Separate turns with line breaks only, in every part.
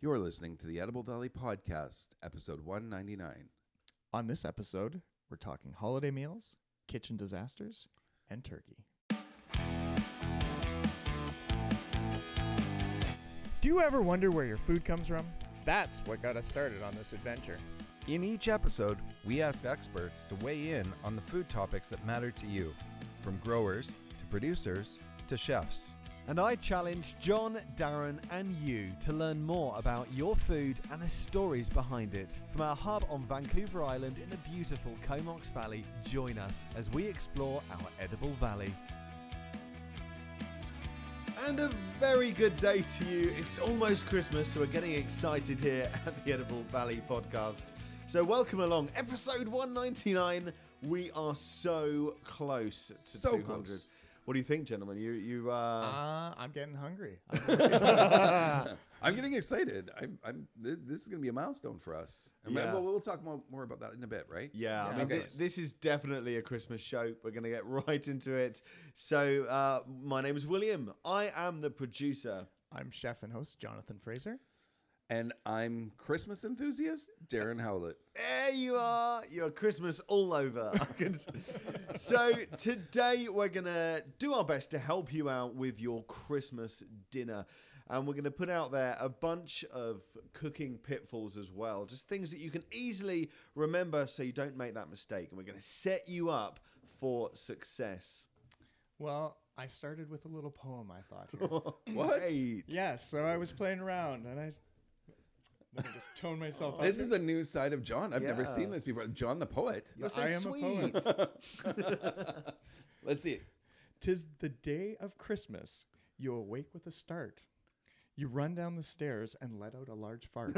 You're listening to the Edible Valley Podcast, episode 199.
On this episode, we're talking holiday meals, kitchen disasters, and turkey. Do you ever wonder where your food comes from? That's what got us started on this adventure.
In each episode, we ask experts to weigh in on the food topics that matter to you, from growers to producers to chefs.
And I challenge John, Darren, and you to learn more about your food and the stories behind it. From our hub on Vancouver Island in the beautiful Comox Valley, join us as we explore our edible valley.
And a very good day to you. It's almost Christmas, so we're getting excited here at the Edible Valley podcast. So, welcome along. Episode 199. We are so close to
So
200.
close.
What do you think, gentlemen? You, you, uh,
Uh, I'm getting hungry.
I'm getting excited. I'm, I'm th- this is going to be a milestone for us. And
Yeah.
we'll, we'll talk more, more about that in a bit, right?
yeah, I
Yeah.
mean,
Okay.
thi- this is definitely a Christmas show. We're going to get right into it. So, uh, my name is William. I am the producer.
I'm chef and host Jonathan Fraser.
And I'm Christmas enthusiast, Darren Howlett.
There you are. You're Christmas all over. I can- so today we're gonna do our best to help you out with your Christmas dinner. And we're going to put out there a bunch of cooking pitfalls as well. Just things that you can easily remember so you don't make that mistake. And we're going to set you up for success.
Well, I started with a little poem I thought here.
What?
Great.
yeah, so I was playing around and I s- let me just tone myself up.
This is a new side of John. I've never
Oh, Yeah.
seen this before. John the poet.
You're so
I am
sweet.
a poet.
Let's see it.
Tis the day of Christmas. You awake with a start. You run down the stairs and let out a large fart.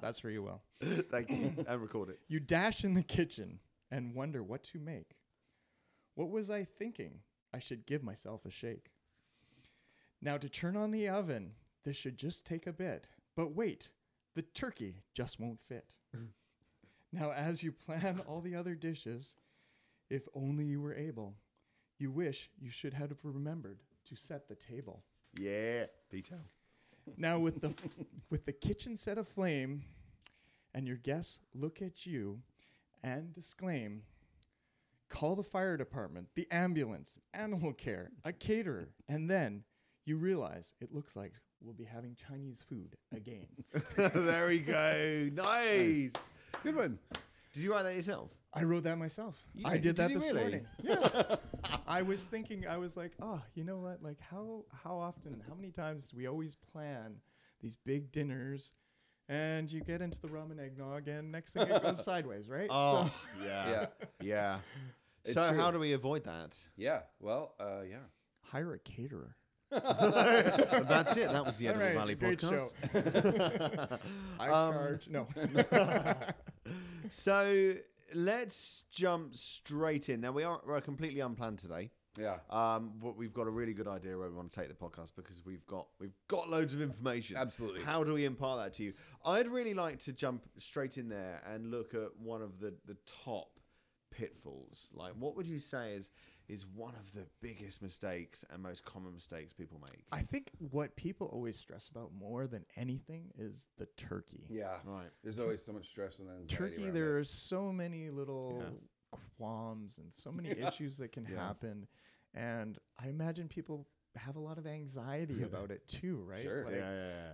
That's for you, Will.
Thank you. And record it.
You dash in the kitchen and wonder what to make. What was I thinking? I should give myself a shake. Now, to turn on the oven, this should just take a bit. But wait, the turkey just won't fit. now, as you plan all the other dishes, if only you were able, you wish you should have remembered to set the table.
Yeah. Peter.
Now with the with the kitchen set aflame, and your guests look at you, and disclaim. Call the fire department, the ambulance, animal care, a caterer, and then you realize it looks like we'll be having Chinese food again.
there we go. Nice.
Good one.
Did you write that yourself?
I wrote that myself. I
Yes,
did that
did you
this
really?
morning. Yeah. I was thinking, I was like, oh, you know what? Like, how how often, how many times do we always plan these big dinners, and you get into the ramen eggnog, and next thing it goes sideways, right?
Oh,
So,
yeah.
Yeah.
Yeah.
It's
so,
true.
how do we avoid that?
Yeah. Well, uh, yeah.
hire a caterer.
That's it. That was the Edible
All right,
Valley Um,
great
podcast.
show. I charge no.
So, let's jump straight in. Now, we are we're completely unplanned today.
Yeah.
Um, but we've got a really good idea where we want to take the podcast because we've got we've got loads of information.
Absolutely.
How do we impart that to you? I'd really like to jump straight in there and look at one of the the top pitfalls. Like, what would you say is is one of the biggest mistakes and most common mistakes people make?
I think what people always stress about more than anything is the turkey.
Yeah.
Right.
There's always so much stress and anxiety.
Turkey,
around
there
it.
are so many little qualms and so many issues that can happen. And I imagine people have a lot of anxiety about it too, right?
Sure.
Like,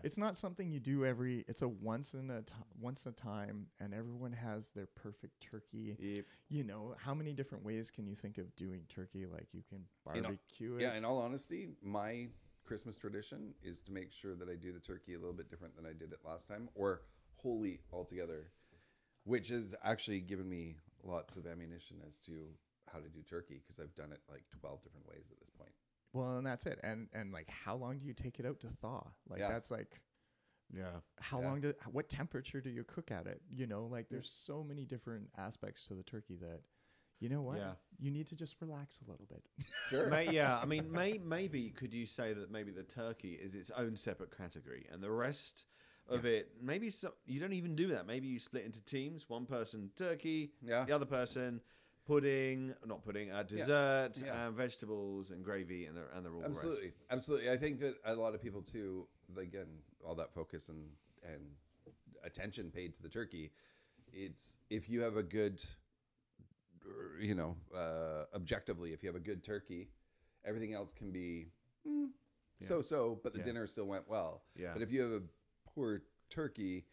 It's not something you do every. It's a once in a t- once a time, and everyone has their perfect turkey.
Yep.
You know how many different ways can you think of doing turkey? Like you can
You know,
barbecue it.
Yeah, in all honesty, my Christmas tradition is to make sure that I do the turkey a little bit different than I did it last time or wholly altogether, which has actually given me lots of ammunition as to how to do turkey because I've done it like 12 different ways at this point.
Well, and that's it. And and like, how long do you take it out to thaw? Like
Yeah.
that's like
Yeah.
how long do what temperature do you cook at it you know like there's so many different aspects to the turkey that you know what
Yeah.
you need to just relax a little bit
Sure.
May, yeah, I mean, may, maybe could you say that maybe the turkey is its own separate category, and the rest of it, maybe so, you don't even do that. Maybe you split into teams: one person turkey,
Yeah.
the other person pudding, not pudding, uh, dessert,
Yeah.
and vegetables and gravy, and the and the all the
Absolutely. Absolutely. I think that a lot of people too again all that focus and and attention paid to the turkey it's if you have a good er, you know uh objectively if you have a good turkey everything else can be hmm, so so but the dinner still went well
Yeah.
but if you have a poor turkey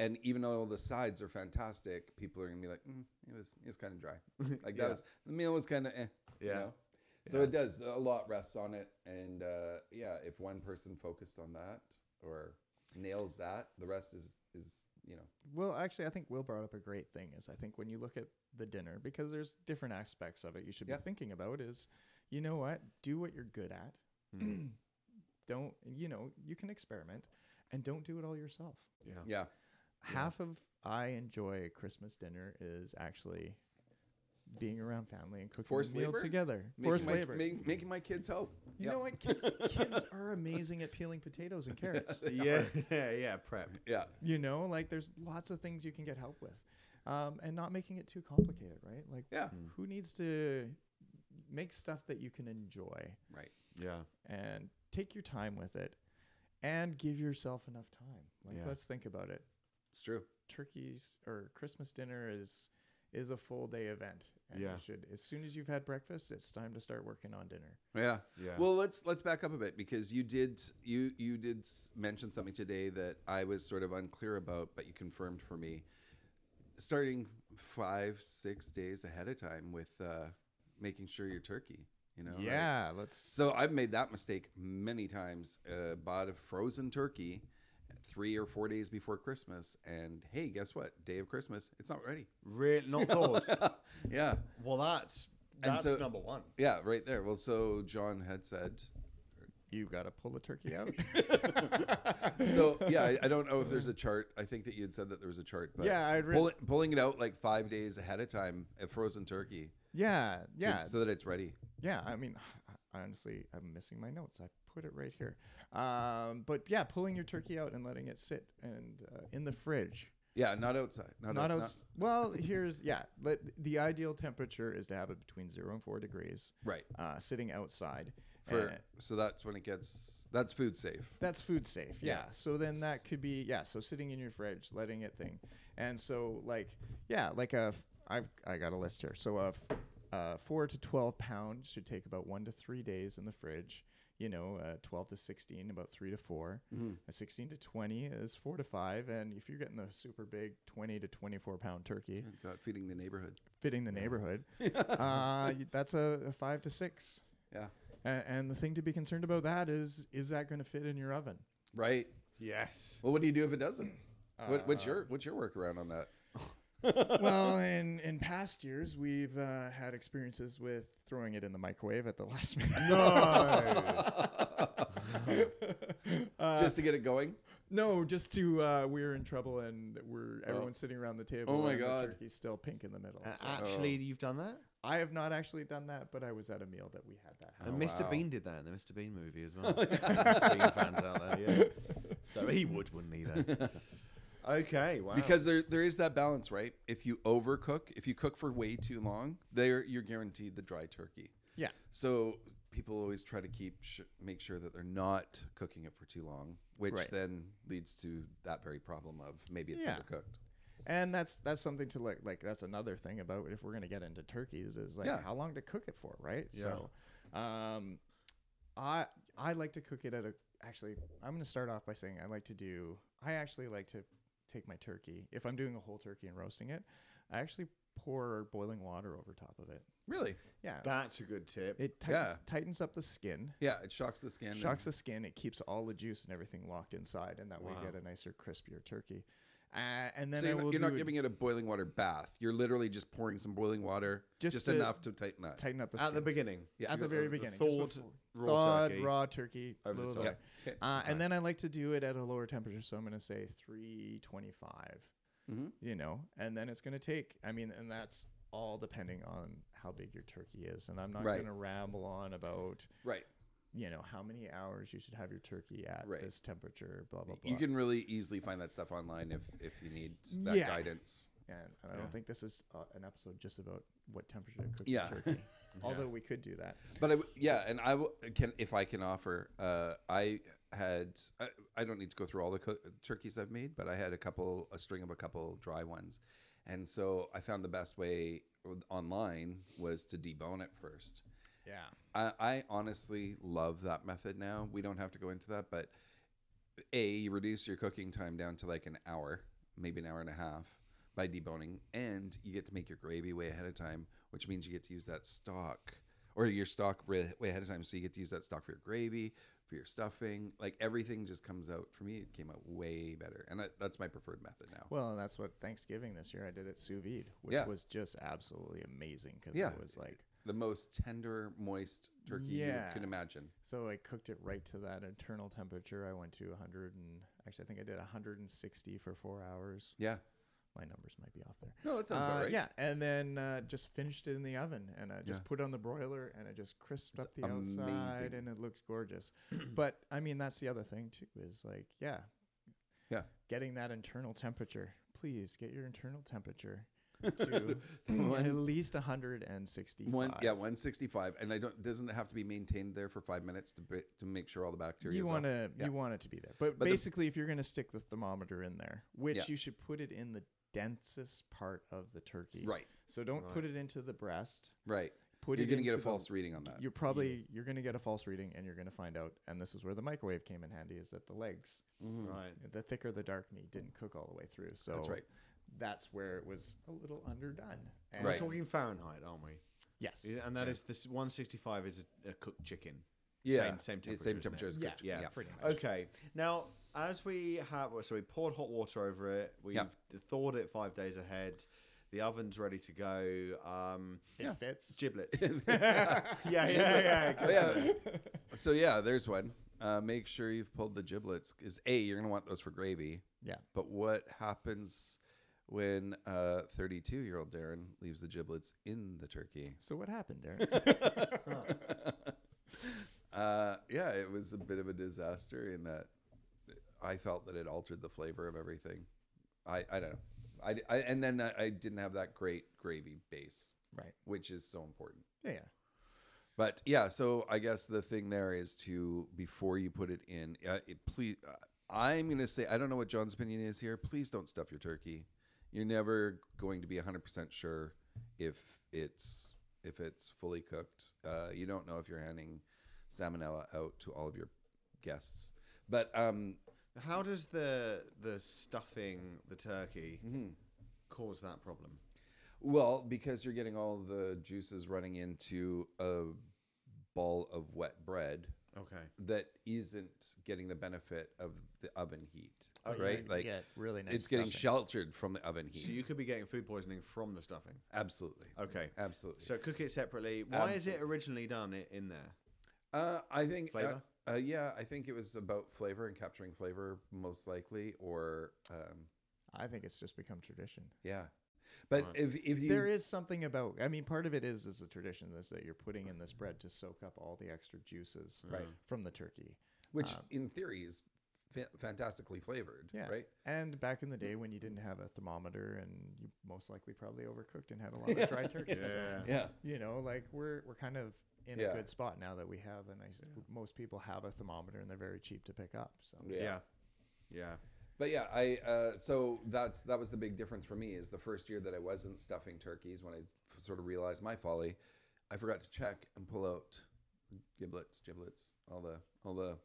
and even though the sides are fantastic people are gonna be like mm, it was it was kind of dry like that was the meal was kind of eh, you
Yeah.
know? So it does. A lot rests on it, and uh, yeah, if one person focused on that or nails that, the rest is is you know
Well, actually, I think Will brought up a great thing. Is I think when you look at the dinner, because there's different aspects of it you should
Yeah.
be thinking about. Is you know what? Do what you're good at.
Mm.
don't you know? You can experiment, and don't do it all yourself.
yeah
Half of I enjoy Christmas dinner is actually being around family and cooking
Forced
a meal
labor?
together.
making
Forced
my,
labor.
ma- making my kids help.
you
yeah.
know what? Kids, kids are amazing at peeling potatoes and carrots.
yeah, yeah, yeah. Prep.
Yeah,
You know, like there's lots of things you can get help with, um, and not making it too complicated, right? Like,
Yeah.
who needs to make stuff that you can enjoy
right.
Yeah,
and take your time with it, and give yourself enough time. Like,
Yeah.
let's think about it.
It's true.
Turkey's or Christmas dinner is is a full day event, and
Yeah.
you should as soon as you've had breakfast, it's time to start working on dinner.
Yeah.
Yeah.
Well, let's let's back up a bit because you did you you did s- mention something today that I was sort of unclear about, but you confirmed for me. Starting five six days ahead of time with uh, making sure your turkey, you know. like-
yeah, let's.
So I've made that mistake many times. Uh, bought a frozen turkey three or four days before Christmas, and hey, guess what? Day of Christmas, it's not ready.
Real, not thought.
yeah,
well, that's
And
that's
so-
number one.
yeah, right there. Well, so John had said.
You gotta pull the turkey out.
So yeah, I, I don't know if there's a chart. I think that you had said that there was a chart, but
Yeah, I'd re-
pull it- pulling it out like five days ahead of time at frozen turkey,
yeah,
to-
yeah.
so that it's ready.
Yeah, I mean, I honestly, I'm missing my notes. I put it right here. Um, but yeah, pulling your turkey out and letting it sit and uh, in the fridge.
Yeah, not outside. Not,
Not
out,
as, well, here's yeah. Let, the ideal temperature is to have it between zero and four degrees.
Right.
Uh, sitting outside.
for
And
so that's when it gets that's food safe.
that's food safe. Yeah. So then that could be yeah. So sitting in your fridge, letting it thing, and so like yeah, like a f- I've I got a list here. So a, f- a four to twelve pound should take about one to three days in the fridge. You know, uh, twelve to sixteen, about three to 4 A sixteen to twenty is four to five, and if you're getting the super big twenty to twenty-four pound turkey,
God, feeding the neighborhood.
fitting the neighborhood, uh, y- that's a, a five to six.
Yeah.
And, and the thing to be concerned about that is, is that going to fit in your oven?
Right.
Yes.
Well, what do you do if it doesn't? what, what's
Uh,
your what's your workaround on that?
well, in in past years, we've uh, had experiences with throwing it in the microwave at the last minute. No,
Just to get it going.
Uh, no, just to uh, we're in trouble and we're everyone's sitting around the table.
Oh my
and the
God.
turkey's still pink in the middle. so.
actually, you've done that.
I have not actually done that, but I was at a meal that we had that. happen.
And Mr. Bean did that in the Mr. Bean movie as well. Mr. Bean fans out there, yeah. So he would, wouldn't he? Then. okay, wow.
Because there there is that balance, right? If you overcook, if you cook for way too long, there you're guaranteed the dry turkey.
Yeah,
So people always try to keep sh- make sure that they're not cooking it for too long, which
Right.
then leads to that very problem of maybe it's
Yeah.
undercooked.
and that's that's something to like like that's another thing about if we're gonna get into turkeys is like
Yeah.
how long to cook it for, right? So, um, I I like to cook it at a actually I'm gonna start off by saying I like to do I actually like to take my turkey if I'm doing a whole turkey and roasting it, I actually pour boiling water over top of it.
Really?
Yeah,
that's a good tip.
it tightens,
Yeah.
tightens up the skin.
Yeah, it shocks the skin. and-
Shocks the skin. It keeps all the juice and everything locked inside, and that way
Wow.
you get a nicer, crispier turkey. Uh, and then
so
I
you're,
will
not, you're not
do a-
giving it a boiling water bath. You're literally just pouring some boiling water, just,
Just to-
enough to tighten that.
tighten up the
At
skin.
the beginning.
Yeah.
at the very
the
beginning. just
thawed
before-
raw
thawed
turkey
raw turkey.
over the
blah,
top.
blah,
Yeah.
blah.
Okay.
Uh, and then I like to do it at a lower temperature, so I'm going to say 325.
Mm-hmm.
You know, and then it's going to take. I mean, and that's all depending on how big your turkey is. And I'm not
Right.
going to ramble on about
Right.
you know how many hours you should have your turkey at
Right.
this temperature. Blah blah blah.
You can really easily find that stuff online if if you need that
Yeah.
guidance.
and I don't think this is uh, an episode just about what temperature to cook your
Yeah.
turkey. Although we could do that.
But I w yeah, and I will, can if I can offer. Uh, I had I, I don't need to go through all the co- turkeys I've made, but I had a couple a string of a couple dry ones, and so I found the best way with- online was to debone it first.
Yeah.
I, I honestly love that method now. We don't have to go into that, but a you reduce your cooking time down to like an hour, maybe an hour and a half by deboning, and you get to make your gravy way ahead of time, which means you get to use that stock or your stock re- way ahead of time. So you get to use that stock for your gravy, for your stuffing. Like everything just comes out for me. It came out way better, and I, that's my preferred method now.
Well, and that's what Thanksgiving this year I did at sous vide, which
Yeah.
was just absolutely amazing because
Yeah.
it was like
the most tender, moist turkey
Yeah.
you can imagine.
so I cooked it right to that internal temperature. I went to 100 and actually I think I did 160 for four hours.
Yeah.
My numbers might be off there.
No, that sounds
Uh,
about right.
Yeah, and then uh, just finished it in the oven, and I just
Yeah.
put it on the broiler, and it just crisped
It's
up the outside,
amazing.
and it looked gorgeous. but I mean, that's the other thing too is like, yeah,
Yeah.
getting that internal temperature. Please get your internal temperature to at least 160.
One, yeah, 165, and I don't doesn't it have to be maintained there for five minutes to ba- to make sure all the bacteria.
You
is off?
want to
Yeah.
you want it to be there, but,
But the-
basically, if you're going to stick the thermometer in there, which
Yeah.
you should put it in the densest part of the turkey,
right,
So don't put it into the breast.
right.
Put
You're
it
going to get a
into the-
false reading on that.
you're probably you're going to get a false reading and you're going to find out and this is where the microwave came in handy is that the legs
Mm.
Right.
the thicker the dark meat didn't cook all the way through so
right.
that's where it was a little underdone and
Right.
We're talking Fahrenheit, aren't we?
yes
And that is this 165 is a, a cooked chicken.
yeah,
Same, same
it's
temperature.
Same
isn't
temperature
it?
as
yeah,
cooked.
yeah
yeah.
pretty much
Okay. Now, as we have, so we poured hot water over it. We've
Yeah.
thawed it five days ahead. The oven's ready to go. Um,
it fits
giblets. yeah, yeah, yeah.
Oh, yeah. so yeah, there's one. Uh, make sure you've pulled the giblets because a you're going to want those for gravy.
yeah
But what happens when 32 year old Darren leaves the giblets in the turkey?
so what happened Derek?
Uh, yeah, it was a bit of a disaster in that I felt that it altered the flavor of everything. I, I don't know. I, I and then I, I didn't have that great gravy base,
right
which is so important.
yeah yeah
But yeah, so I guess the thing there is to before you put it in, uh, it, please. Uh, I'm gonna say I don't know what John's opinion is here. Please don't stuff your turkey. You're never going to be 100 percent sure if it's if it's fully cooked. Uh, you don't know if you're handing salmonella out to all of your guests. But um,
How does the the stuffing the turkey cause that problem?
well, because you're getting all the juices running into a ball of wet bread,
Okay.
that isn't getting the benefit of the oven heat,
Oh, yeah,
right?
you
like
get really nice
it's getting
stuffing.
sheltered from the oven heat.
So you could be getting food poisoning from the stuffing.
absolutely,
Oh,
Okay.
absolutely.
So cook it separately. Why is it originally done i- in there?
uh, I think uh,
Flavor?
Uh, yeah, I think it was about flavor and capturing flavor most likely, or um,
i think it's just become tradition
yeah. But if if you
there is something about i mean part of it is is the tradition is that you're putting in this bread to soak up all the extra juices
Right.
from the turkey
which in theory is fa- fantastically flavored,
um, Yeah.
right? Mm.
And back in the day when you didn't have a thermometer and you most likely probably overcooked and had a lot of dry turkey. So,
Yeah,
you know, like we're we're kind of in
Yeah.
a good spot now that we have a nice most people have a thermometer and they're very cheap to pick up. So
yeah.
Yeah.
But yeah, I uh, so that's that was the big difference for me is the first year that I wasn't stuffing turkeys when I f- sort of realized my folly, I forgot to check and pull out giblets, giblets, all the all the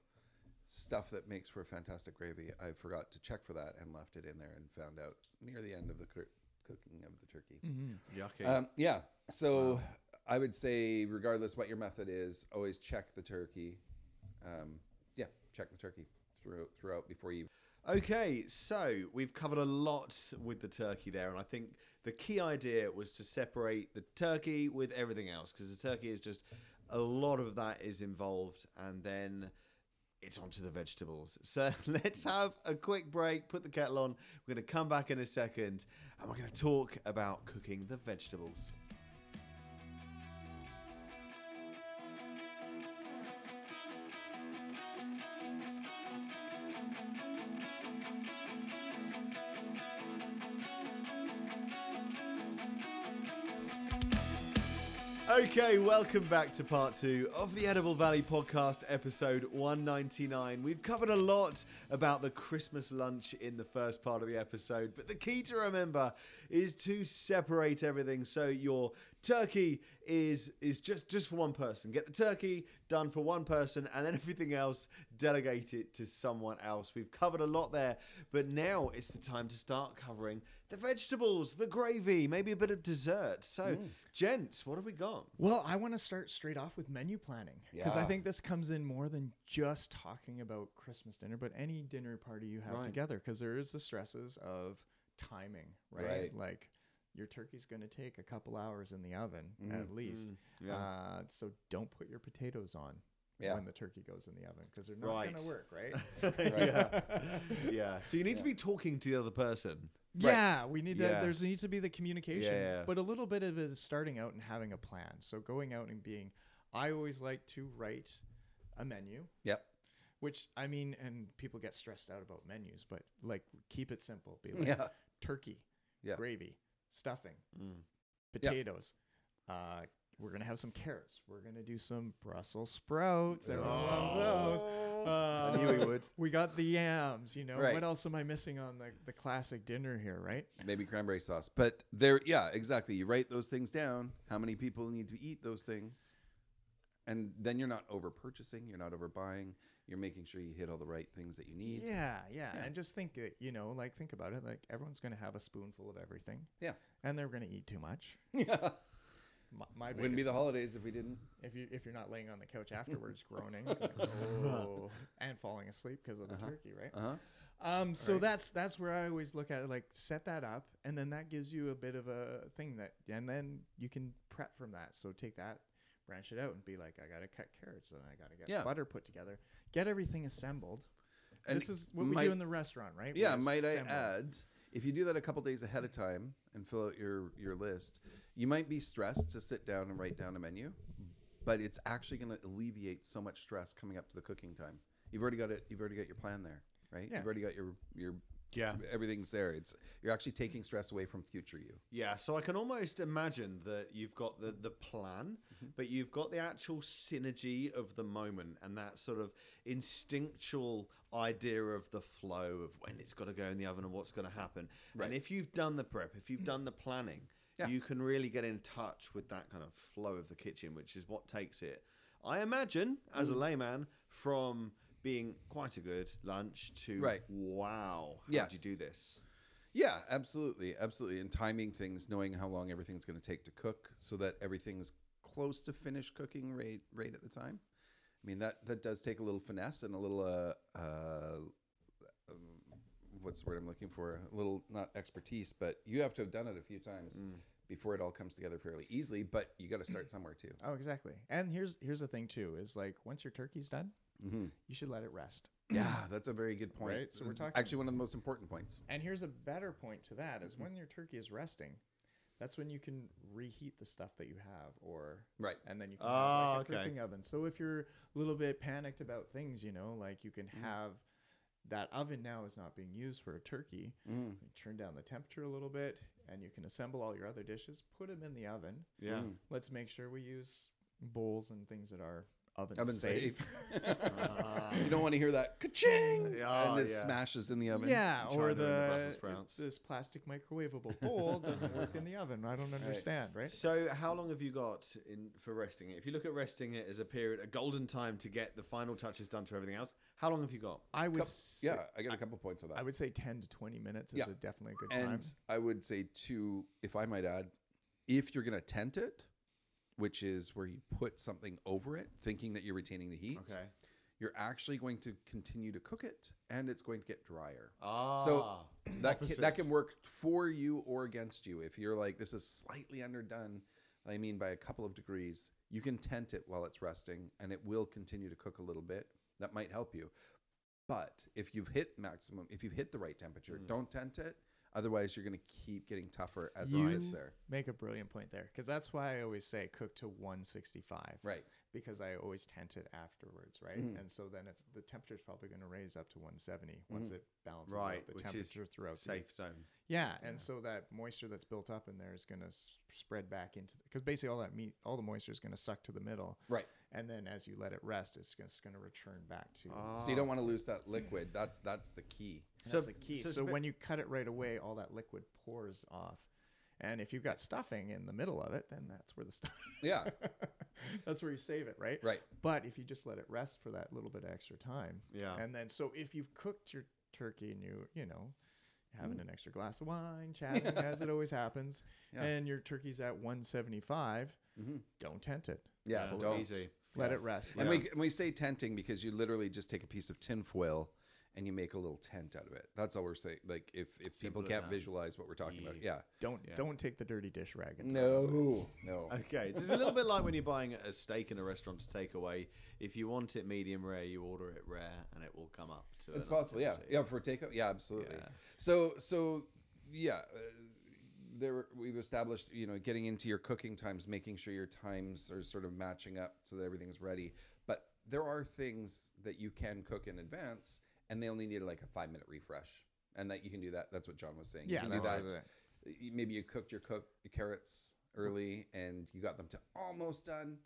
stuff that makes for fantastic gravy. I forgot to check for that and left it in there and found out near the end of the cur- cooking of the turkey.
Yeah. Yucky.
Um, yeah. So I would say, regardless what your method is, always check the turkey. Um, yeah, check the turkey throughout throughout before you
Okay, so we've covered a lot with the turkey there, and I think the key idea was to separate the turkey with everything else because the turkey is just a lot of that is involved, and then it's onto the vegetables. So let's have a quick break, put the kettle on. We're going to come back in a second, and we're going to talk about cooking the vegetables. Okay, welcome back to part two of the Edible Valley podcast, episode 199. We've covered a lot about the Christmas lunch in the first part of the episode, but the key to remember is to separate everything so your turkey is is just just for one person. Get the turkey done for one person and then everything else delegate it to someone else. We've covered a lot there, but now it's the time to start covering the vegetables, the gravy, maybe a bit of dessert. So, gents, what have we got?
Well, I want to start straight off with menu planning because I
Yeah.
think this comes in more than just talking about Christmas dinner, but any dinner party you have
Right.
together because there is the stresses of timing, right?
Right.
Like your turkey's going to take a couple hours in the oven at least.
yeah.
uh, so don't put your potatoes on
Yeah.
when the turkey goes in the oven because they're not going
Right.
to work, right?
yeah. yeah. So you need to be talking to the other person.
Yeah, we need to.
Yeah.
There's needs to be the communication,
Yeah, yeah.
but a little bit of it is starting out and having a plan. So going out and being, I always like to write a menu,
Yep.
which I mean, and people get stressed out about menus, but like keep it simple. Be like
Yeah.
turkey,
Yeah.
gravy, stuffing,
Mm.
Yeah.
potatoes. Uh, we're gonna have some carrots. We're gonna do some Brussels sprouts. Everyone loves those. Uh,
Oh. I knew he would.
We got the yams. You know
Right.
what else am I missing on the the classic dinner here? Right.
Maybe cranberry sauce. But there, yeah, exactly. You write those things down. How many people need to eat those things? And then you're not over purchasing. You're not over buying. You're making sure you hit all the right things that you need.
Yeah, yeah,
E Yeah.
And just think, that, you know, like think about it. Like everyone's going to have a spoonful of everything.
Yeah.
And they're going to eat too much.
Yeah.
My, my
Wouldn't be
biggest-
the holidays if we didn't.
if you if you're not laying on the couch afterwards groaning like, "Oh," and falling asleep because of the turkey, right?
Uh huh.
Um, so that's that's where I always look at it. Like set that up, and then that gives you a bit of a thing that, and then you can prep from that. So take that, branch it out, and be like, I got to cut carrots, and I got to get
Yeah.
butter put together, get everything assembled.
And
this is what we
might-
do in the restaurant, right? We
Yeah, might I
assemble.
add, if you do that a couple days ahead of time and fill out your your list, you might be stressed to sit down and write down a menu, but it's actually going to alleviate so much stress coming up to the cooking time. You've already got it. You've already got your plan there, right?
Yeah.
You've already got your your
Yeah.
everything's there. It's you're actually taking stress away from future you.
Yeah, so I can almost imagine that you've got the, the plan,
Mm-hmm.
but you've got the actual synergy of the moment and that sort of instinctual idea of the flow of when it's got to go in the oven and what's going to happen. And if you've done the prep, if you've done the planning,
Yeah.
you can really get in touch with that kind of flow of the kitchen, which is what takes it, I imagine, as
Mm.
a layman, from being quite a good lunch to
Right.
wow, how
Yes.
did you do this?
Yeah, absolutely, absolutely. And timing things, knowing how long everything's going to take to cook, so that everything's close to finished cooking rate rate at the time. I mean that that does take a little finesse and a little uh, uh um, what's the word I'm looking for? A little not expertise, but you have to have done it a few times
Mm.
before it all comes together fairly easily. But you got to start somewhere too.
Oh, exactly. And here's here's the thing too is like once your turkey's done,
Mhm.
you should let it rest.
Yeah, that's a very good point.
Mm-hmm. Right, so we're
It's
talking-
actually one of the most important points.
And here's a better point to that is
Mm-hmm.
when your turkey is resting, that's when you can reheat the stuff that you have or
Right.
and then you can have
Oh,
Ah,
like a
okay.
cooking oven. So if you're a little bit panicked about things, you know, like you can
Mm-hmm.
have that oven now is not being used for a turkey.
Mm,
You turn down the temperature a little bit and you can assemble all your other dishes, put them in the oven.
Mm.
Yeah.
Let's make sure we use bowls and things that are oven,
Oven
safe.
safe. you don't want to hear that ka-ching
Yeah,
and it
yeah.
smashes in the oven.
Yeah,
in
or
China and the
the,
Brussels sprouts.
this plastic microwavable bowl doesn't work in the oven. I don't understand, right?
So, how long have you got in for resting it? If you look at resting it as a period, a golden time to get the final touches done to everything else, how long have you got?
I would
Cup-
say,
yeah, I got a couple points on that.
I would say 10 to 20 minutes is
Yeah.
a definitely a good time.
and I would say too, if I might add, if you're gonna tent it, which is where you put something over it, thinking that you're retaining the heat,
Okay.
you're actually going to continue to cook it, and it's going to get drier.
Ah.
so that can,
opposite.
that can work for you or against you. If you're like this is slightly underdone, I mean by a couple of degrees, you can tent it while it's resting, and it will continue to cook a little bit. That might help you. But if you've hit maximum, if you've hit the right temperature, don't tent it. Otherwise, you're going to keep getting tougher as
You
it sits there.
Make a brilliant point there because that's why I always say cook to 165.
Right.
because I always tent it afterwards, right?
Mm-hmm.
And so then it's the temperature's probably going to raise up to 170 once it balances
Right,
out the
which is
temperature throughout the
Safe zone.
yeah, and so that moisture that's built up in there is going to spread back into because basically all that meat, all the moisture is going to suck to the middle,
Right.
And then as you let it rest, it's just going to return back to.
Ah,
So you don't want to lose that liquid. That's Ah. that's the key.
so that's the key. So,
spe-
when you cut it right away, all that liquid pours off, and if you've got stuffing in the middle of it, then that's where the stuff.
Yeah.
that's where you save it, right?
Right.
But if you just let it rest for that little bit of extra time,
Yeah.
And then so if you've cooked your turkey and you you know having
Mm.
an extra glass of wine, chatting as it always happens, and your turkey's at 175, don't tent it.
Mm-hmm. Yeah.
Yeah,
don't.
easy.
Let it rest.
And we and we say tenting because you literally just take a piece of tinfoil and you make a little tent out of it. That's all we're saying. Like if if people can't visualize what we're talking about, yeah.
Don't don't take the dirty dish rag. and throw it.
No. No.
Okay, it's it's a little bit like when you're buying a steak in a restaurant to take away. If you want it medium rare, you order it rare, and it will come up to.
It's
another
possible. Yeah.
temperature.
Yeah. For takeout. Yeah. Absolutely. So so yeah. Uh, there, we've established, you know, getting into your cooking times, making sure your times are sort of matching up so that everything's ready. But there are things that you can cook in advance, and they only need like a five minute refresh, and that you can do that. That's what John was saying.
Yeah,
you can do
that's
that.
what
You- Maybe you cooked your cook carrots early, and you got them to almost done,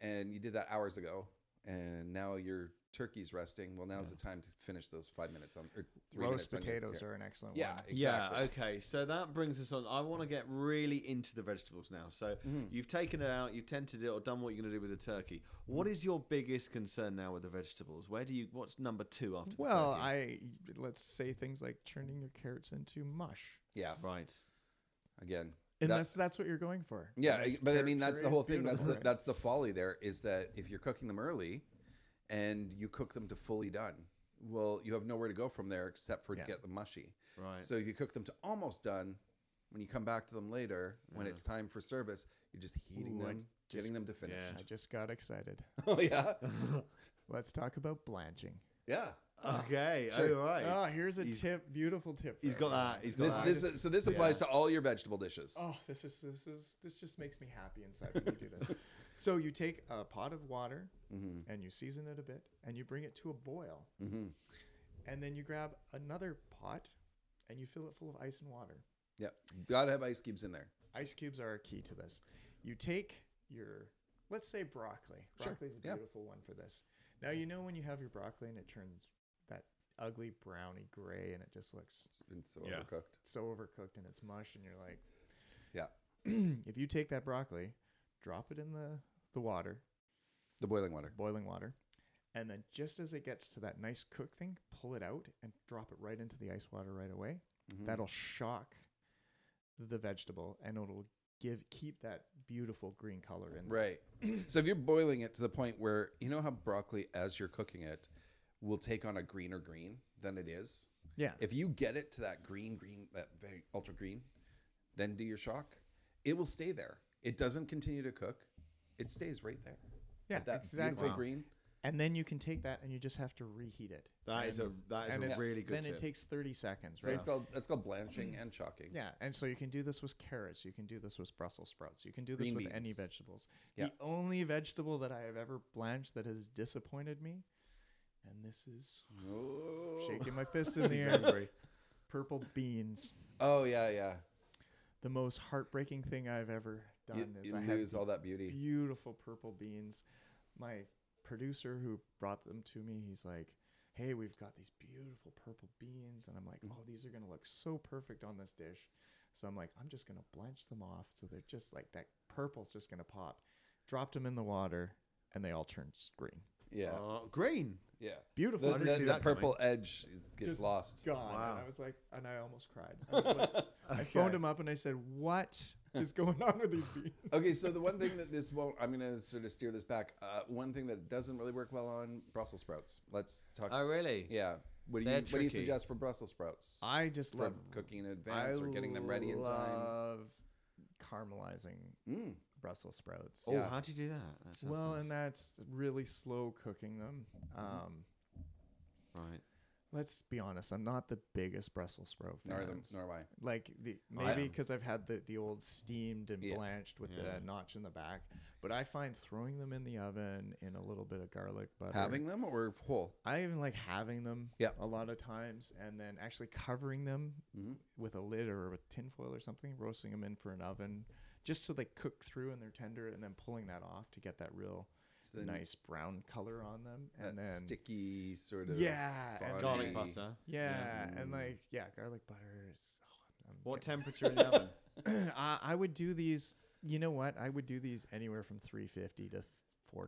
and you did that hours ago, and now your turkey's resting. Well, now's the time to finish those five minutes on or three
Roast
minutes on your
potatoes
carrot.
are an excellent
yeah,
one.
exactly.
Yeah, okay. So that brings us on. I want to get really into the vegetables now. So you've taken it out, you've tented it, or done what you're going to do with the turkey. What is your biggest concern now with the vegetables? Where do you? What's number two after?
Well,
the turkey?
I let's say things like turning your carrots into mush.
Yeah,
right.
again. that-
Unless that's what you're going for.
Yeah,
Unless
I- but I
carrot
mean that's the
puree is
whole thing. That's
beautiful.
the, that's the folly there is that if you're cooking them early, and you cook them to fully done, well, you have nowhere to go from there except for
Yeah.
get them mushy.
Right.
So if you cook them to almost done, when you come back to them later, when it's time for service, you're just heating
Ooh, I
them, getting them to finish.
I just got excited.
Oh yeah,
Let's talk about blanching.
yeah.
Okay. All right.
Oh, here's a tip, beautiful tip. for
He's got
everyone.
that. He's got
This,
that.
this is- so this applies to all your vegetable dishes.
Oh, this is this is this just makes me happy inside when you do this. Mm-hmm. So you take a pot of water and you season it a bit and you bring it to a boil,
Mm-hmm.
and then you grab another pot and you fill it full of ice and water.
Yeah, gotta have ice cubes in there.
Ice cubes are a key to this. You take your let's say broccoli.
Sure,
Broccoli is a
yeah.
beautiful one for this. Now you know when you have your broccoli and it turns that ugly browny gray and it just looks
It's been so
Yeah.
overcooked.
so overcooked and it's mush and you're like
Yeah,
if you take that broccoli, drop it in the, the water,
the boiling water.
boiling water, and then just as it gets to that nice cook thing, pull it out and drop it right into the ice water right away.
Mm-hmm.
That'll shock the vegetable and it'll give keep that beautiful green color in. there.
Right. so if you're boiling it to the point where you know how broccoli, as you're cooking it, will take on a greener green than it is.
Yeah.
If you get it to that green, green, that very ultra green, then do your shock. It will stay there. It doesn't continue to cook. It stays right there.
Yeah,
At that
exactly.
beautiful
Wow.
green.
and then you can take that and you just have to reheat it.
That is
And-
a- that is
and
a
it's-
really good
Then
tip.
it takes 30 seconds,
So
right?
it's called that's called blanching and shocking.
Yeah, and so you can do this with carrots, you can do this with Brussels sprouts, you can do this
Green
with any
beans.
vegetables.
Yeah.
The only vegetable that I have ever blanched that has disappointed me, and this is shaking my fist in the air, purple beans.
Oh yeah, yeah.
The most heartbreaking thing I've ever done
You,
is
you
I
lose
have
all
these
that beauty.
beautiful purple beans. My producer who brought them to me, he's like, "Hey, we've got these beautiful purple beans," and I'm like,
Mm-hmm.
"Oh, these are gonna look so perfect on this dish." So I'm like, "I'm just gonna blanch them off, so they're just like that purple's just gonna pop." Dropped them in the water, and they all turned s- green.
Yeah,
Oh.
Uh, green.
yeah.
Beautiful.
The,
didn't
the-
see
the
that coming.
purple edge gets
Just
lost.
gone.
Wow.
And I was like, and I almost cried. I, was like- I phoned him up and I said, "What is going on with these beans?"
okay, so the one thing that this won't, I'm going to sort of steer this back. Uh, one thing that doesn't really work well on Brussels sprouts. Let's talk.
Oh, really?
yeah. What do, you,
They're
what do you
tricky.
suggest for Brussels sprouts?
I just
for
love
cooking in advance
I
or getting them ready in time?
love caramelizing
Mm.
Brussels sprouts.
Oh,
Yeah.
how do you do that? that sounds
well,
nice.
Mm-hmm. and that's really slow cooking them. Um,
right.
let's be honest, I'm not the biggest Brussels sprout fan.
Nor, them, nor am I.
like the maybe because I've had the, the old steamed and
Yeah.
blanched with the notch in the back, but I find throwing them in the oven in a little bit of garlic butter.
Having them or whole?
I even like having them
Yeah.
a lot of times and then actually covering them
Mm-hmm.
with a lid or with tinfoil or something, roasting them in for an oven just so they cook through and they're tender and then pulling that off to get that real
It's the-
nice brown color on them.
That
And then
sticky sort of.
Yeah, and
garlic
Garlic butter.
yeah,
Mm.
and like yeah, garlic butter is. Oh, I'm, I'm
What
getting-
temperature in the oven?
I, I would do these. You know what? I would do these anywhere from 350 to th-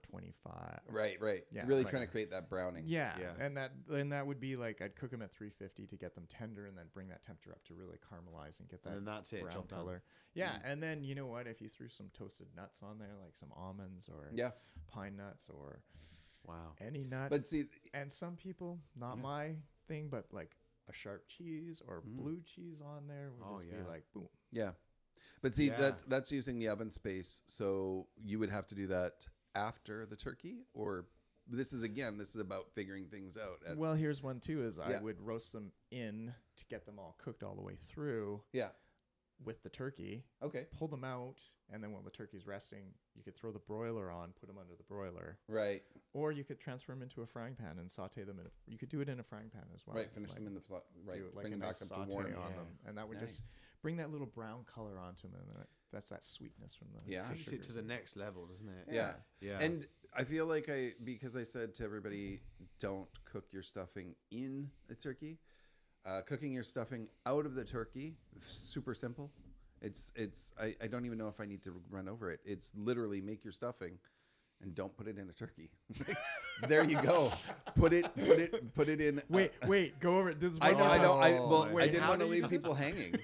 425.
Right, right.
Yeah,
really
like-
trying to create that browning.
Yeah,
Yeah.
and that and that would be like I'd cook them at 350 to get them tender, and then bring that temperature up to really caramelize and get that
And then that's it, Mm.
brown
job done.
color. Yeah, and then you know what? If you threw some toasted nuts on there, like some almonds or
Yeah.
pine nuts or
Wow.
any nut,
But see,
and some people, not my thing, but like a sharp cheese or blue cheese on there would
Mm. Oh,
just
yeah.
be like boom.
yeah. But see,
Yeah.
that's that's using the oven space. So you would have to do that after the turkey, or this is again, this is about figuring things out. At,
Well, here's one too: is I
Yeah.
would roast them in to get them all cooked all the way through
yeah.
with the turkey.
Okay.
Pull them out, and then when the turkey's resting, you could throw the broiler on, put them under the broiler,
Right.
or you could transfer them into a frying pan and saute them. In a, you could do it in a frying pan as well.
Right. Finish
like,
them in the slot. Right.
do it like
Bring
a
them back
nice
up
saute
to warm.
on them, and that would just
Nice.
bring that little brown color onto them, and that, that's that sweetness from the
Yeah.
the
Takes
Takes it to
sugars
the
in
next level, doesn't it?
Yeah.
Yeah.
And I feel like I because I said to everybody, don't cook your stuffing in the turkey. Uh, cooking your stuffing out of the turkey, super simple. It's it's I, I don't even know if I need to run over it. It's literally make your stuffing and don't put it in a turkey. there you go. Put it put it put it in
Wait, wait, go over it. This is
I
one
know, I
time-
know. I well, I
Wait,
didn't
how
want to
do you-
leave people hanging.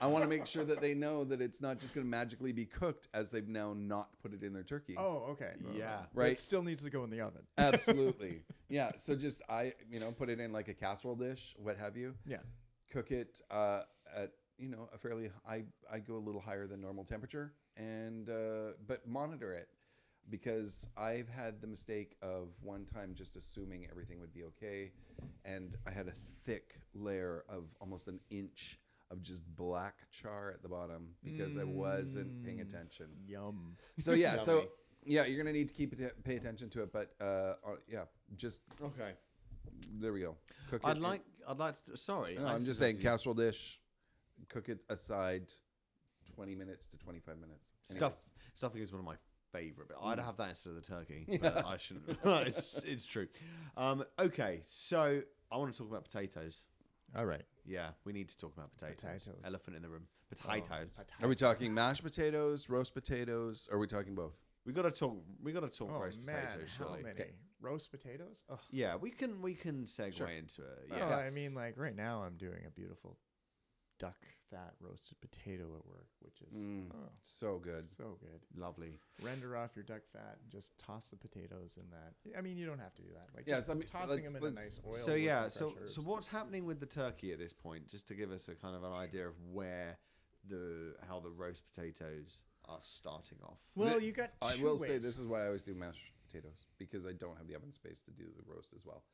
I want to make sure that they know that it's not just going to magically be cooked as they've now not put it in their turkey.
Oh, okay.
Yeah.
But
Right. Uh,
It still needs to go in the oven.
Absolutely. yeah. So just I, you know, put it in like a casserole dish, what have you.
Yeah.
Cook it uh, at you know a fairly I I go a little higher than normal temperature and uh, but monitor it because I've had the mistake of one time just assuming everything would be okay and I had a thick layer of almost an inch of just black char at the bottom because I wasn't paying attention.
Yum.
So yeah, so yeah, you're gonna need to keep it, pay attention to it, but uh, uh, yeah, just
Okay.
there we go. Cook
I'd
it-
like. I'd like. To, sorry.
No,
I
I'm just
interrupted
saying,
you.
casserole dish. Cook it aside, twenty minutes to twenty five minutes.
Stuff,
Anyways. Mm.
stuffing is one of my favorite. But I'd have that instead of the turkey. But I shouldn't. it's, it's true. Um, okay, so I want to talk about potatoes.
All right.
Yeah, we need to talk about potatoes.
Potatoes.
Elephant in the room.
Oh.
Potatoes.
Oh,
Are we talking mashed potatoes, roast potatoes? Are we talking both?
we got to talk. We got to talk
Oh
roast
man,
potatoes,
how
surely.
many roast potatoes? Oh,
Yeah, we can. We can segue
Sure.
into it.
yeah.
Yeah.
Oh, I mean, like right now, I'm doing a beautiful duck fat roasted potato at work, which is oh,
So Mm. good.
so good.
Lovely.
Render off your duck fat and just toss the potatoes in that. I mean, you don't have to do that. Like,
Yeah,
just
so I mean,
tossing
let's-
them in a
let's-
nice oil.
So
with
yeah,
some
so
fresh
so
herbs.
what's happening with the turkey at this point? Just to give us a kind of an idea of where the how the roast potatoes are starting off.
Well,
Th-
you got.
I
two
will say
ways.
this is why I always do mashed potatoes because I don't have the oven space to do the roast as well.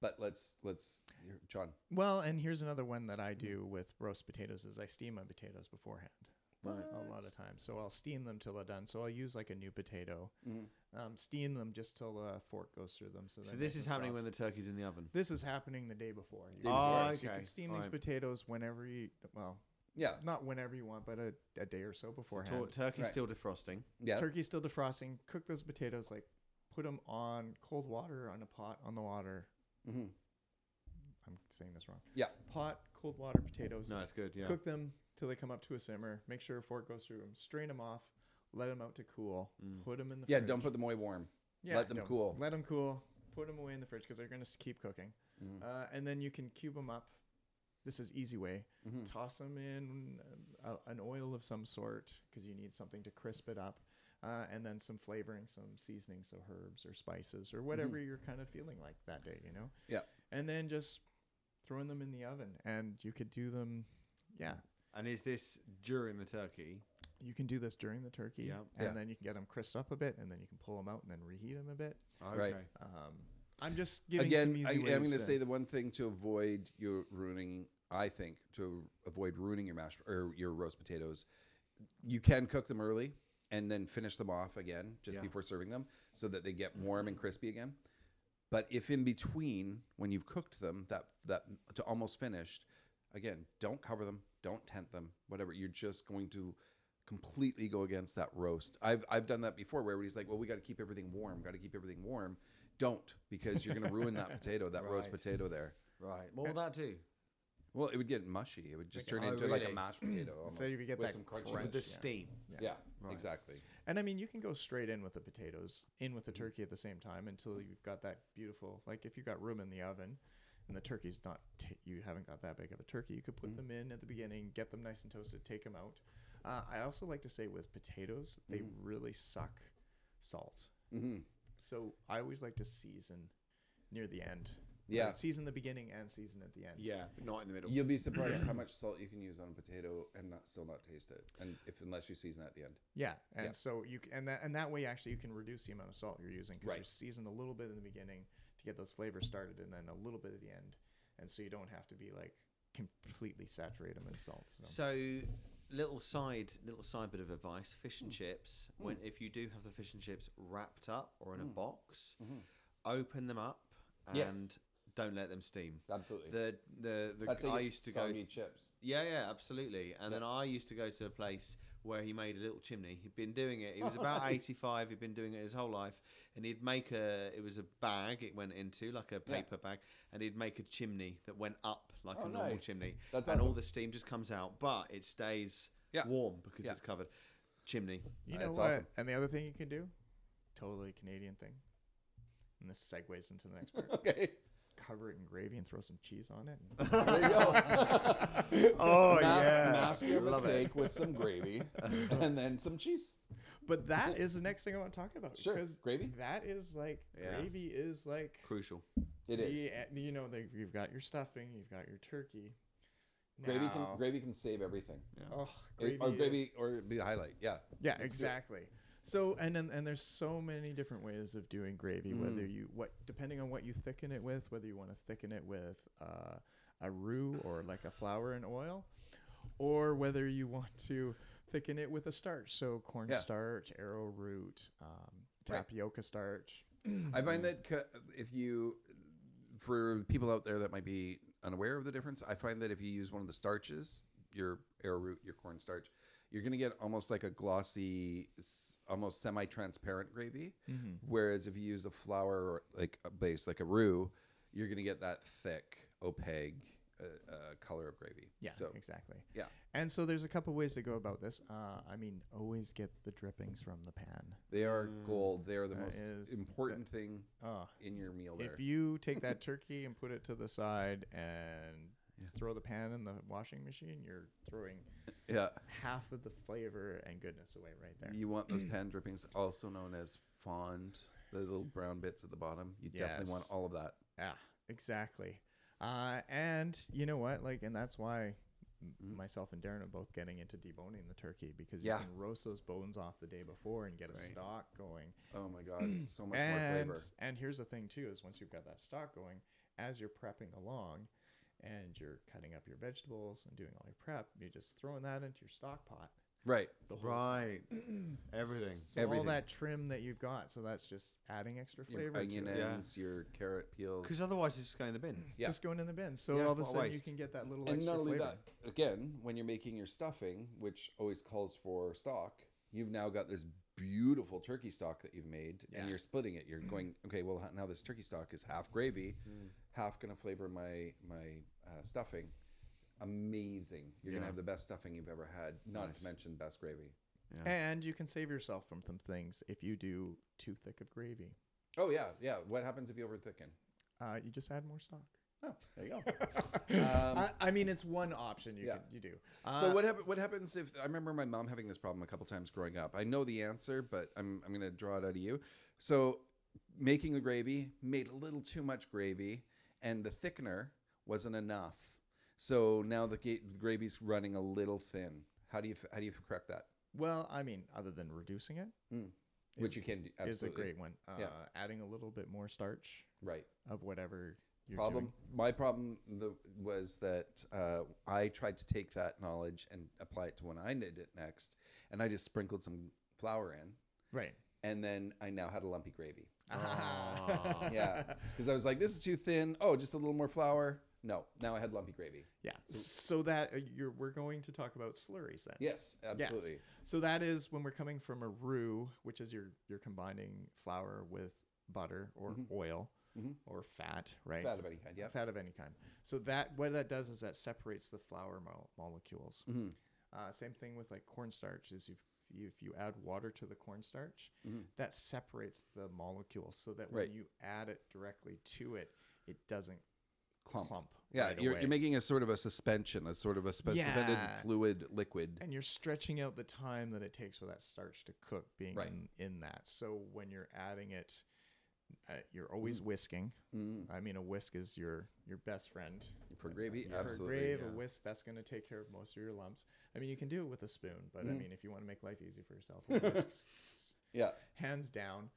But let's let's here, John.
Well, and here's another one that I do with roast potatoes is I steam my potatoes beforehand. A lot of times. So I'll steam them till they're done. So I'll use like a new potato.
Mm-hmm.
Um, steam them just till the fork goes through them. So,
So
they're
this
nice
is
and
happening
soft.
when the turkey's in the oven.
This is happening the day before. You
Day
can-
before.
so You
Okay.
can steam these
Alright.
potatoes whenever you, well,
Yeah,
not whenever you want, but a, a day or so beforehand.
Tur- turkey's
Right.
still defrosting.
yeah.
Turkey's still defrosting. Cook those potatoes, like put them on cold water on a pot on the water.
Mhm.
I'm saying this wrong.
Yeah.
Pot, cold water potatoes.
No, it's good. Yeah.
Cook them till they come up to a simmer. Make sure a fork goes through them. Strain them off. Let them out to cool. Put them in the
Yeah,
fridge.
don't put them away warm.
Yeah,
let them
don't-
cool.
Let them cool. Put them away in the fridge because they're going to keep cooking.
Mm. Mm-hmm.
Uh, and then you can cube them up. This is easy way.
Mm-hmm. Hmm.
Toss them in um, a, an oil of some sort because you need something to crisp it up. Uh, and then some flavoring, some seasoning, so herbs or spices or whatever you're kind of feeling like that day, you know?
Mm-hmm. Yeah.
And then just throwing them in the oven. And you could do them, yeah.
And is this during the turkey?
You can do this during the turkey.
Yeah.
And
Yeah.
then you can get them crisped up a bit and then you can pull them out and then reheat them a bit.
Okay.
Right.
Um, I'm just giving
Again,
some easy
I,
ways.
I'm going to say the one thing to avoid your ruining. I think to avoid ruining your mashed or your roast potatoes, you can cook them early and then finish them off again just
Yeah.
before serving them, so that they get warm and crispy again. But if in between when you've cooked them, that that to almost finished, again, don't cover them, don't tent them, whatever. You're just going to completely go against that roast. I've I've done that before where everybody's like, well, we got to keep everything warm, got to keep everything warm. Don't because you're going to ruin that potato, that roast
Right.
potato there.
Right. What will that do?
Well, it would get mushy. It would just turn
Oh,
into like a
really?
mashed potato. Almost,
So you could get
with
that
some crunchy.
crunch.
With the steam.
Yeah,
Right.
exactly.
And I mean, you can go straight in with the potatoes, in with the turkey at the same time until you've got that beautiful. Like if you've got room in the oven, and the turkey's not, t- you haven't got that big of a turkey. You could put them in at the beginning, get them nice and toasted, take them out. Uh, I also like to say with potatoes, they really suck salt.
hmm
So I always like to season near the end.
Yeah.
Like, season the beginning and season at the end.
Yeah, but not in the middle.
You'll be surprised how much salt you can use on a potato and not still not taste it, and if unless you season it at the end.
Yeah, and
Yeah.
so you c- and that and that way actually you can reduce the amount of salt you're using because
Right.
you're seasoned a little bit in the beginning to get those flavors started, and then a little bit at the end, and so you don't have to be like completely saturate them in salt. So.
So, little side, little side bit of advice: fish
Hmm.
and chips. When if you do have the fish and chips wrapped up or in a box, open them up and
Hmm. Mm-hmm. Yes.
don't let them steam.
Absolutely.
The the the
That's
I used to go.
chips.
Yeah, yeah, absolutely. And then I used to go to a place where he made a little chimney. He'd been doing it. He was about eighty-five. He'd been doing it his whole life, and he'd make a. It was a bag. It went into like a
Yeah.
paper bag, and he'd make a chimney that went up like
Oh,
a normal
nice.
chimney.
That's
and all
awesome.
the steam just comes out, but it stays
Yeah.
warm because
Yeah.
it's covered. Chimney.
You
Uh,
know
it's
what?
awesome.
And the other thing you can do, totally Canadian thing, and this segues into the next part.
Okay.
Cover it in gravy and throw some cheese on it.
There you go.
Oh
mask, mask your mistake with some gravy and then some cheese.
But that is the next thing I want to talk about.
Sure,
because
gravy.
That is like
Yeah.
gravy is like
Crucial.
It is.
Yeah, you know, they, you've got your stuffing, you've got your turkey.
Gravy can
Now-
gravy can save everything.
Oh,
It-
gravy
or
is-
gravy or be the highlight. Yeah.
Yeah, exactly. So and, and and there's so many different ways of doing gravy.
Mm-hmm.
Whether you what depending on what you thicken it with, whether you want to thicken it with uh, a roux or like a flour and oil, or whether you want to thicken it with a starch. So cornstarch, arrowroot, um,
Right.
tapioca starch.
I find that c- if you, for people out there that might be unaware of the difference, I find that if you use one of the starches, your arrowroot, your cornstarch, you're going to get almost like a glossy, s- almost semi-transparent gravy. Whereas if you use a flour or like a base, like a roux, you're going to get that thick, opaque uh, uh, color of gravy.
Yeah,
So
exactly.
yeah.
And so there's a couple ways to go about this. Uh, I mean, always get the drippings from the pan.
they are gold. They are the
That
most
is-
important thing
Oh,
in your meal. There.
if you take that turkey and put it to the side and just throw the pan in the washing machine, you're throwing
yeah.
half of the flavor and goodness away right there. Mm.
You want those pan drippings, also known as fond, the little brown bits at the bottom. You definitely want
Yes.
all of that.
Yeah, exactly. Uh, and you know what? Like, and that's why m- myself and Darren are both getting into deboning the turkey because you
Mm-hmm. Yeah.
can roast those bones off the day before and get a stock going.
Oh my god, it's so much more
and,
flavor.
and here's the thing too is once you've got that stock going, as you're prepping along and you're cutting up your vegetables and doing all your prep, you're just throwing that into your stock pot.
Right.
Right. Everything.
So
Everything.
all that trim that you've got, so that's just adding extra
Your
flavor.
onion
to it.
Yeah.
ends, your carrot peels.
Because otherwise, it's just going in the bin.
Yeah.
Just going in the bin. So
Yeah,
all of a
what a
sudden you
waste.
can get that little
And
extra
not only
flavor.
that, again, when you're making your stuffing, which always calls for stock, you've now got this beautiful turkey stock that you've made
Yeah.
and you're splitting it. You're going, okay, well h- now this turkey stock is half gravy,
Mm.
half going to flavor my my uh, stuffing. Amazing. You're going
Yeah.
to have the best stuffing you've ever had, not to mention best gravy.
And you can save yourself from some things if you do too thick of gravy.
Oh yeah, yeah. What happens if you over thicken?
Uh, you just add more stock.
Oh, there you go. Um,
I, I mean, it's one option you
yeah.
can, you do. Uh,
so what hap- what happens if I remember my mom having this problem a couple times growing up. I know the answer, but I'm I'm gonna draw it out of you. So making the gravy made a little too much gravy, and the thickener wasn't enough. So now the, ga- the gravy's running a little thin. How do you f- how do you correct that?
Well, I mean, other than reducing it,
Mm. Which you can do.
is a
Absolutely.
great one. Uh,
Yeah.
Adding a little bit more starch
Right.
of whatever you're
problem.
doing.
My problem the, was that uh, I tried to take that knowledge and apply it to when I did it next, and I just sprinkled some flour in,
Right.
and then I now had a lumpy gravy. Ah. yeah, because I was like, this is too thin. Oh, just a little more flour. No, now I had lumpy gravy.
Yeah. So, so that uh, you're we're going to talk about slurries then.
Yes,
Yes.
absolutely.
So that is when we're coming from a roux, which is you're you're combining flour with butter or
Mm-hmm.
oil or fat, right?
Fat of any kind. Yeah.
Fat of any kind. So that what that does is that separates the flour mo- molecules.
Mm-hmm.
Uh, same thing with like cornstarch is if you, if you add water to the cornstarch, that separates the molecules so that when
Mm-hmm. Right.
you add it directly to it, it doesn't
Clump.
clump
Yeah,
right
you're,
away.
you're making a sort of a suspension, a sort of a spe- suspended
Yeah.
fluid liquid.
and you're stretching out the time that it takes for that starch to cook being
Right.
in, in that so when you're adding it uh, you're always
Mm-hmm.
whisking i mean a whisk is your your best friend
For gravy,
For
absolutely.
grave
yeah.
a whisk that's going to take care of most of your lumps i mean you can do it with a spoon but i
Mm-hmm.
mean if you want to make life easy for yourself a whisk,
yeah.
hands down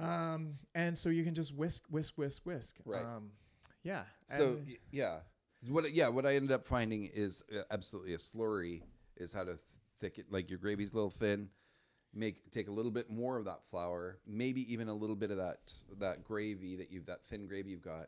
um and so you can just whisk whisk whisk whisk
Right.
um yeah
So
and-
y- yeah, So what yeah what I ended up finding is uh, absolutely a slurry is how to th- thick it like your gravy's a little thin. Make take a little bit more of that flour, maybe even a little bit of that that gravy that you've that thin gravy you've got,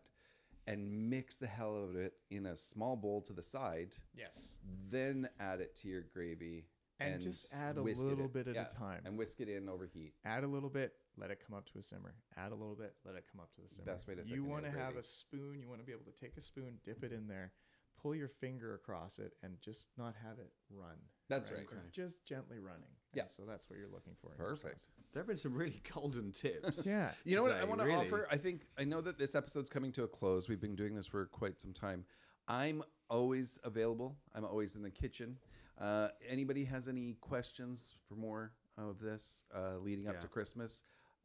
and mix the hell out of it in a small bowl to the side.
yes
Then add it to your gravy
And just add a
whisk it
little
in.
bit at a time.
and whisk it in over heat.
add a little bit let it come up to a simmer add a little bit let it come up to the simmer
Best way to
you
thicken your
want to have
gravy.
a spoon you want to be able to take a spoon dip it in there pull your finger across it and just not have it run
That's right. Okay.
just gently running
Yeah.
And so that's what you're looking for in your
Perfect.
sauce.
There have been some really golden tips.
yeah
You know what I
today,
want to
really.
offer? I think I know that this episode's coming to a close. We've been doing this for quite some time. I'm always available. I'm always in the kitchen. Uh, anybody has any questions for more of this uh, leading up
Yeah.
to Christmas?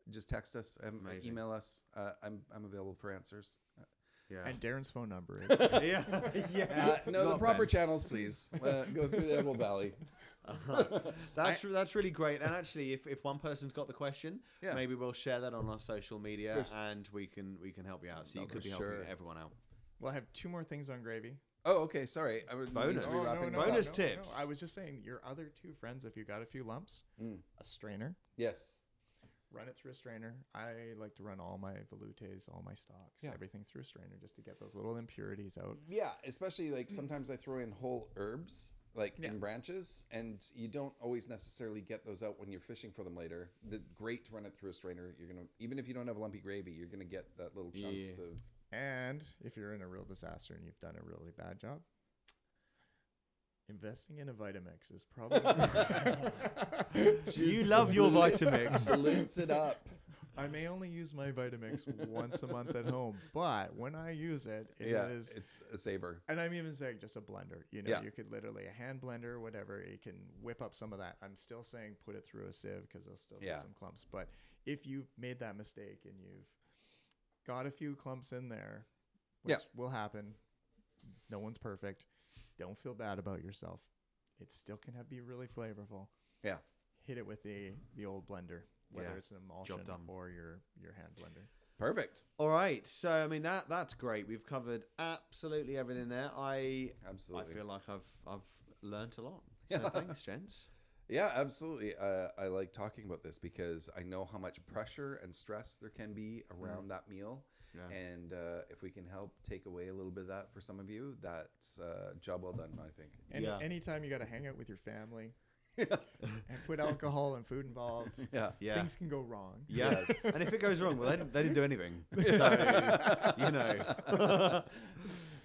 Just text us, um,
Amazing.
email us. Uh, I'm I'm available for answers.
Yeah.
and darren's phone number is
yeah. yeah.
Uh, no, the
Not
proper
Ben.
channels, please. Uh, go through the Emerald Valley. Uh-huh.
That's that's really great. And actually, if, if one person's got the question,
Yeah.
maybe we'll share that on our social media, and we can we can help you out. So you
No,
could
for
be
sure.
helping everyone out.
well i have two more things on gravy
Oh, okay. Sorry, I would
Bonus.
Need to be
Oh,
wrapping
no,
this
bonus
up.
tips.
i was just saying your other two friends if you got a few lumps a strainer
Yes.
run it through a strainer. I like to run all my volutes, all my stocks, everything through a strainer just to get those little impurities out.
Yeah, especially like sometimes I throw in whole herbs, like
Yeah.
in branches, and you don't always necessarily get those out when you're fishing for them later. The great to run it through a strainer. You're gonna even if you don't have lumpy gravy, you're gonna get that little chunks
Yeah.
of
And if you're in a real disaster and you've done a really bad job, investing in a Vitamix is probably.
You love your Vitamix.
Balloons it up.
I may only use my Vitamix once a month at home, but when I use it, it is.
yeah, it's a savor.
and I'm even saying just a blender. You know,
Yeah.
you could literally a hand blender, whatever. You can whip up some of that. I'm still saying put it through a sieve because there'll still
Yeah.
be some clumps. But if you've made that mistake and you've got a few clumps in there, which
Yeah.
will happen. No one's perfect. Don't feel bad about yourself. It still can have, be really flavorful.
Yeah.
Hit it with the the old blender, whether
Yeah.
it's an emulsion
done.
or your your hand blender.
Perfect.
All right. So I mean that that's great. We've covered absolutely everything there. I
Absolutely.
I feel like I've I've learnt a lot. So thanks, gents.
Yeah, absolutely. Uh, I like talking about this because I know how much pressure and stress there can be
Mm.
around that meal.
Yeah.
And uh, if we can help take away a little bit of that for some of you, that's uh, job well done, I think.
Any,
Yeah.
Anytime you got to hang out with your family and put alcohol and food involved,
Yeah.
Yeah.
things can go wrong.
Yeah. and if it goes wrong, well, they didn't, they didn't do anything. So, you know.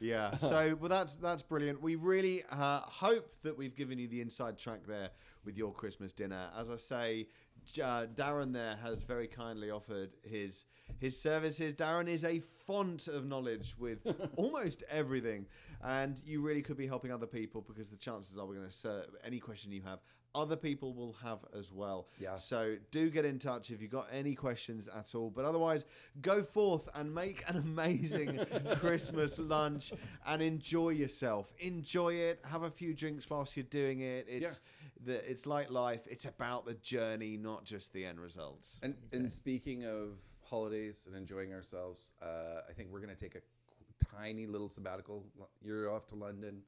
yeah. So, well, that's that's brilliant. We really uh, hope that we've given you the inside track there with your Christmas dinner. As I say, J- uh, Darren there has very kindly offered his his services. Darren is a font of knowledge with almost everything, and you really could be helping other people because the chances are we're going to serve any question you have. Other people will have as well.
Yeah.
So do get in touch if you've got any questions at all. But otherwise, go forth and make an amazing Christmas lunch and enjoy yourself. Enjoy it. Have a few drinks whilst you're doing it. It's the, it's like life. It's about the journey, not just the end results.
And and speaking of holidays and enjoying ourselves. Uh, I think we're going to take a qu- tiny little sabbatical. Lo- You're off to London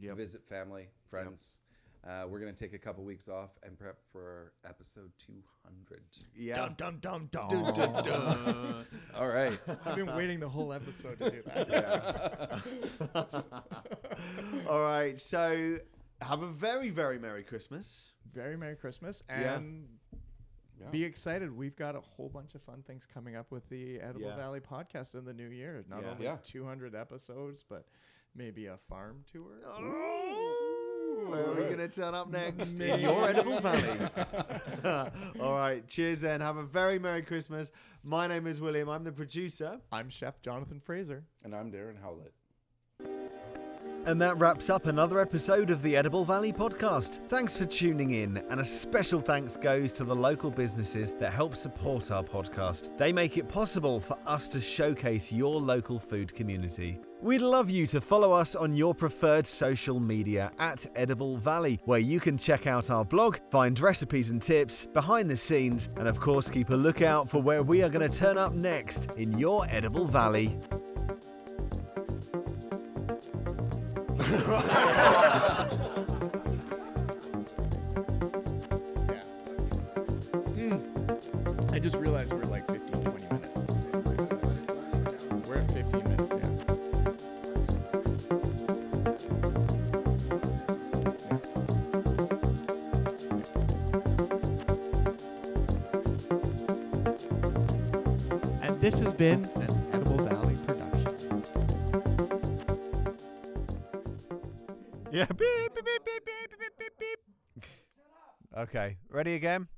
to
Yep.
visit family, friends. Uh, we're going to take a couple weeks off and prep for episode 200.
Yeah.
Dum dum dum dum.
All right.
I've been waiting the whole episode to do that.
All right. So have a very, very Merry Christmas.
Very Merry Christmas
Yeah.
and be excited. We've got a whole bunch of fun things coming up with the Edible
Yeah.
Valley podcast in the new year. Not
Yeah.
only
Yeah.
200 episodes, but maybe a farm tour.
Oh.
Where are we
Alright.
going to turn up next? In your edible valley. All right. Cheers then. Have a very Merry Christmas. My name is William. I'm the producer.
I'm Chef Jonathan Fraser.
And I'm Darren Howlett.
And that wraps up another episode of the Edible Valley podcast. Thanks for tuning in, and a special thanks goes to the local businesses that help support our podcast. They make it possible for us to showcase your local food community. We'd love you to follow us on your preferred social media at Edible Valley, where you can check out our blog, find recipes and tips, behind the scenes, and of course, keep a lookout for where we are going to turn up next in your Edible Valley.
I just realized we're like 15, 20 minutes. We're at 15 minutes, yeah. And this has been an Edible Valley production.
Yeah. Beep, beep, beep, beep, beep, beep, beep, beep. Okay. Ready again?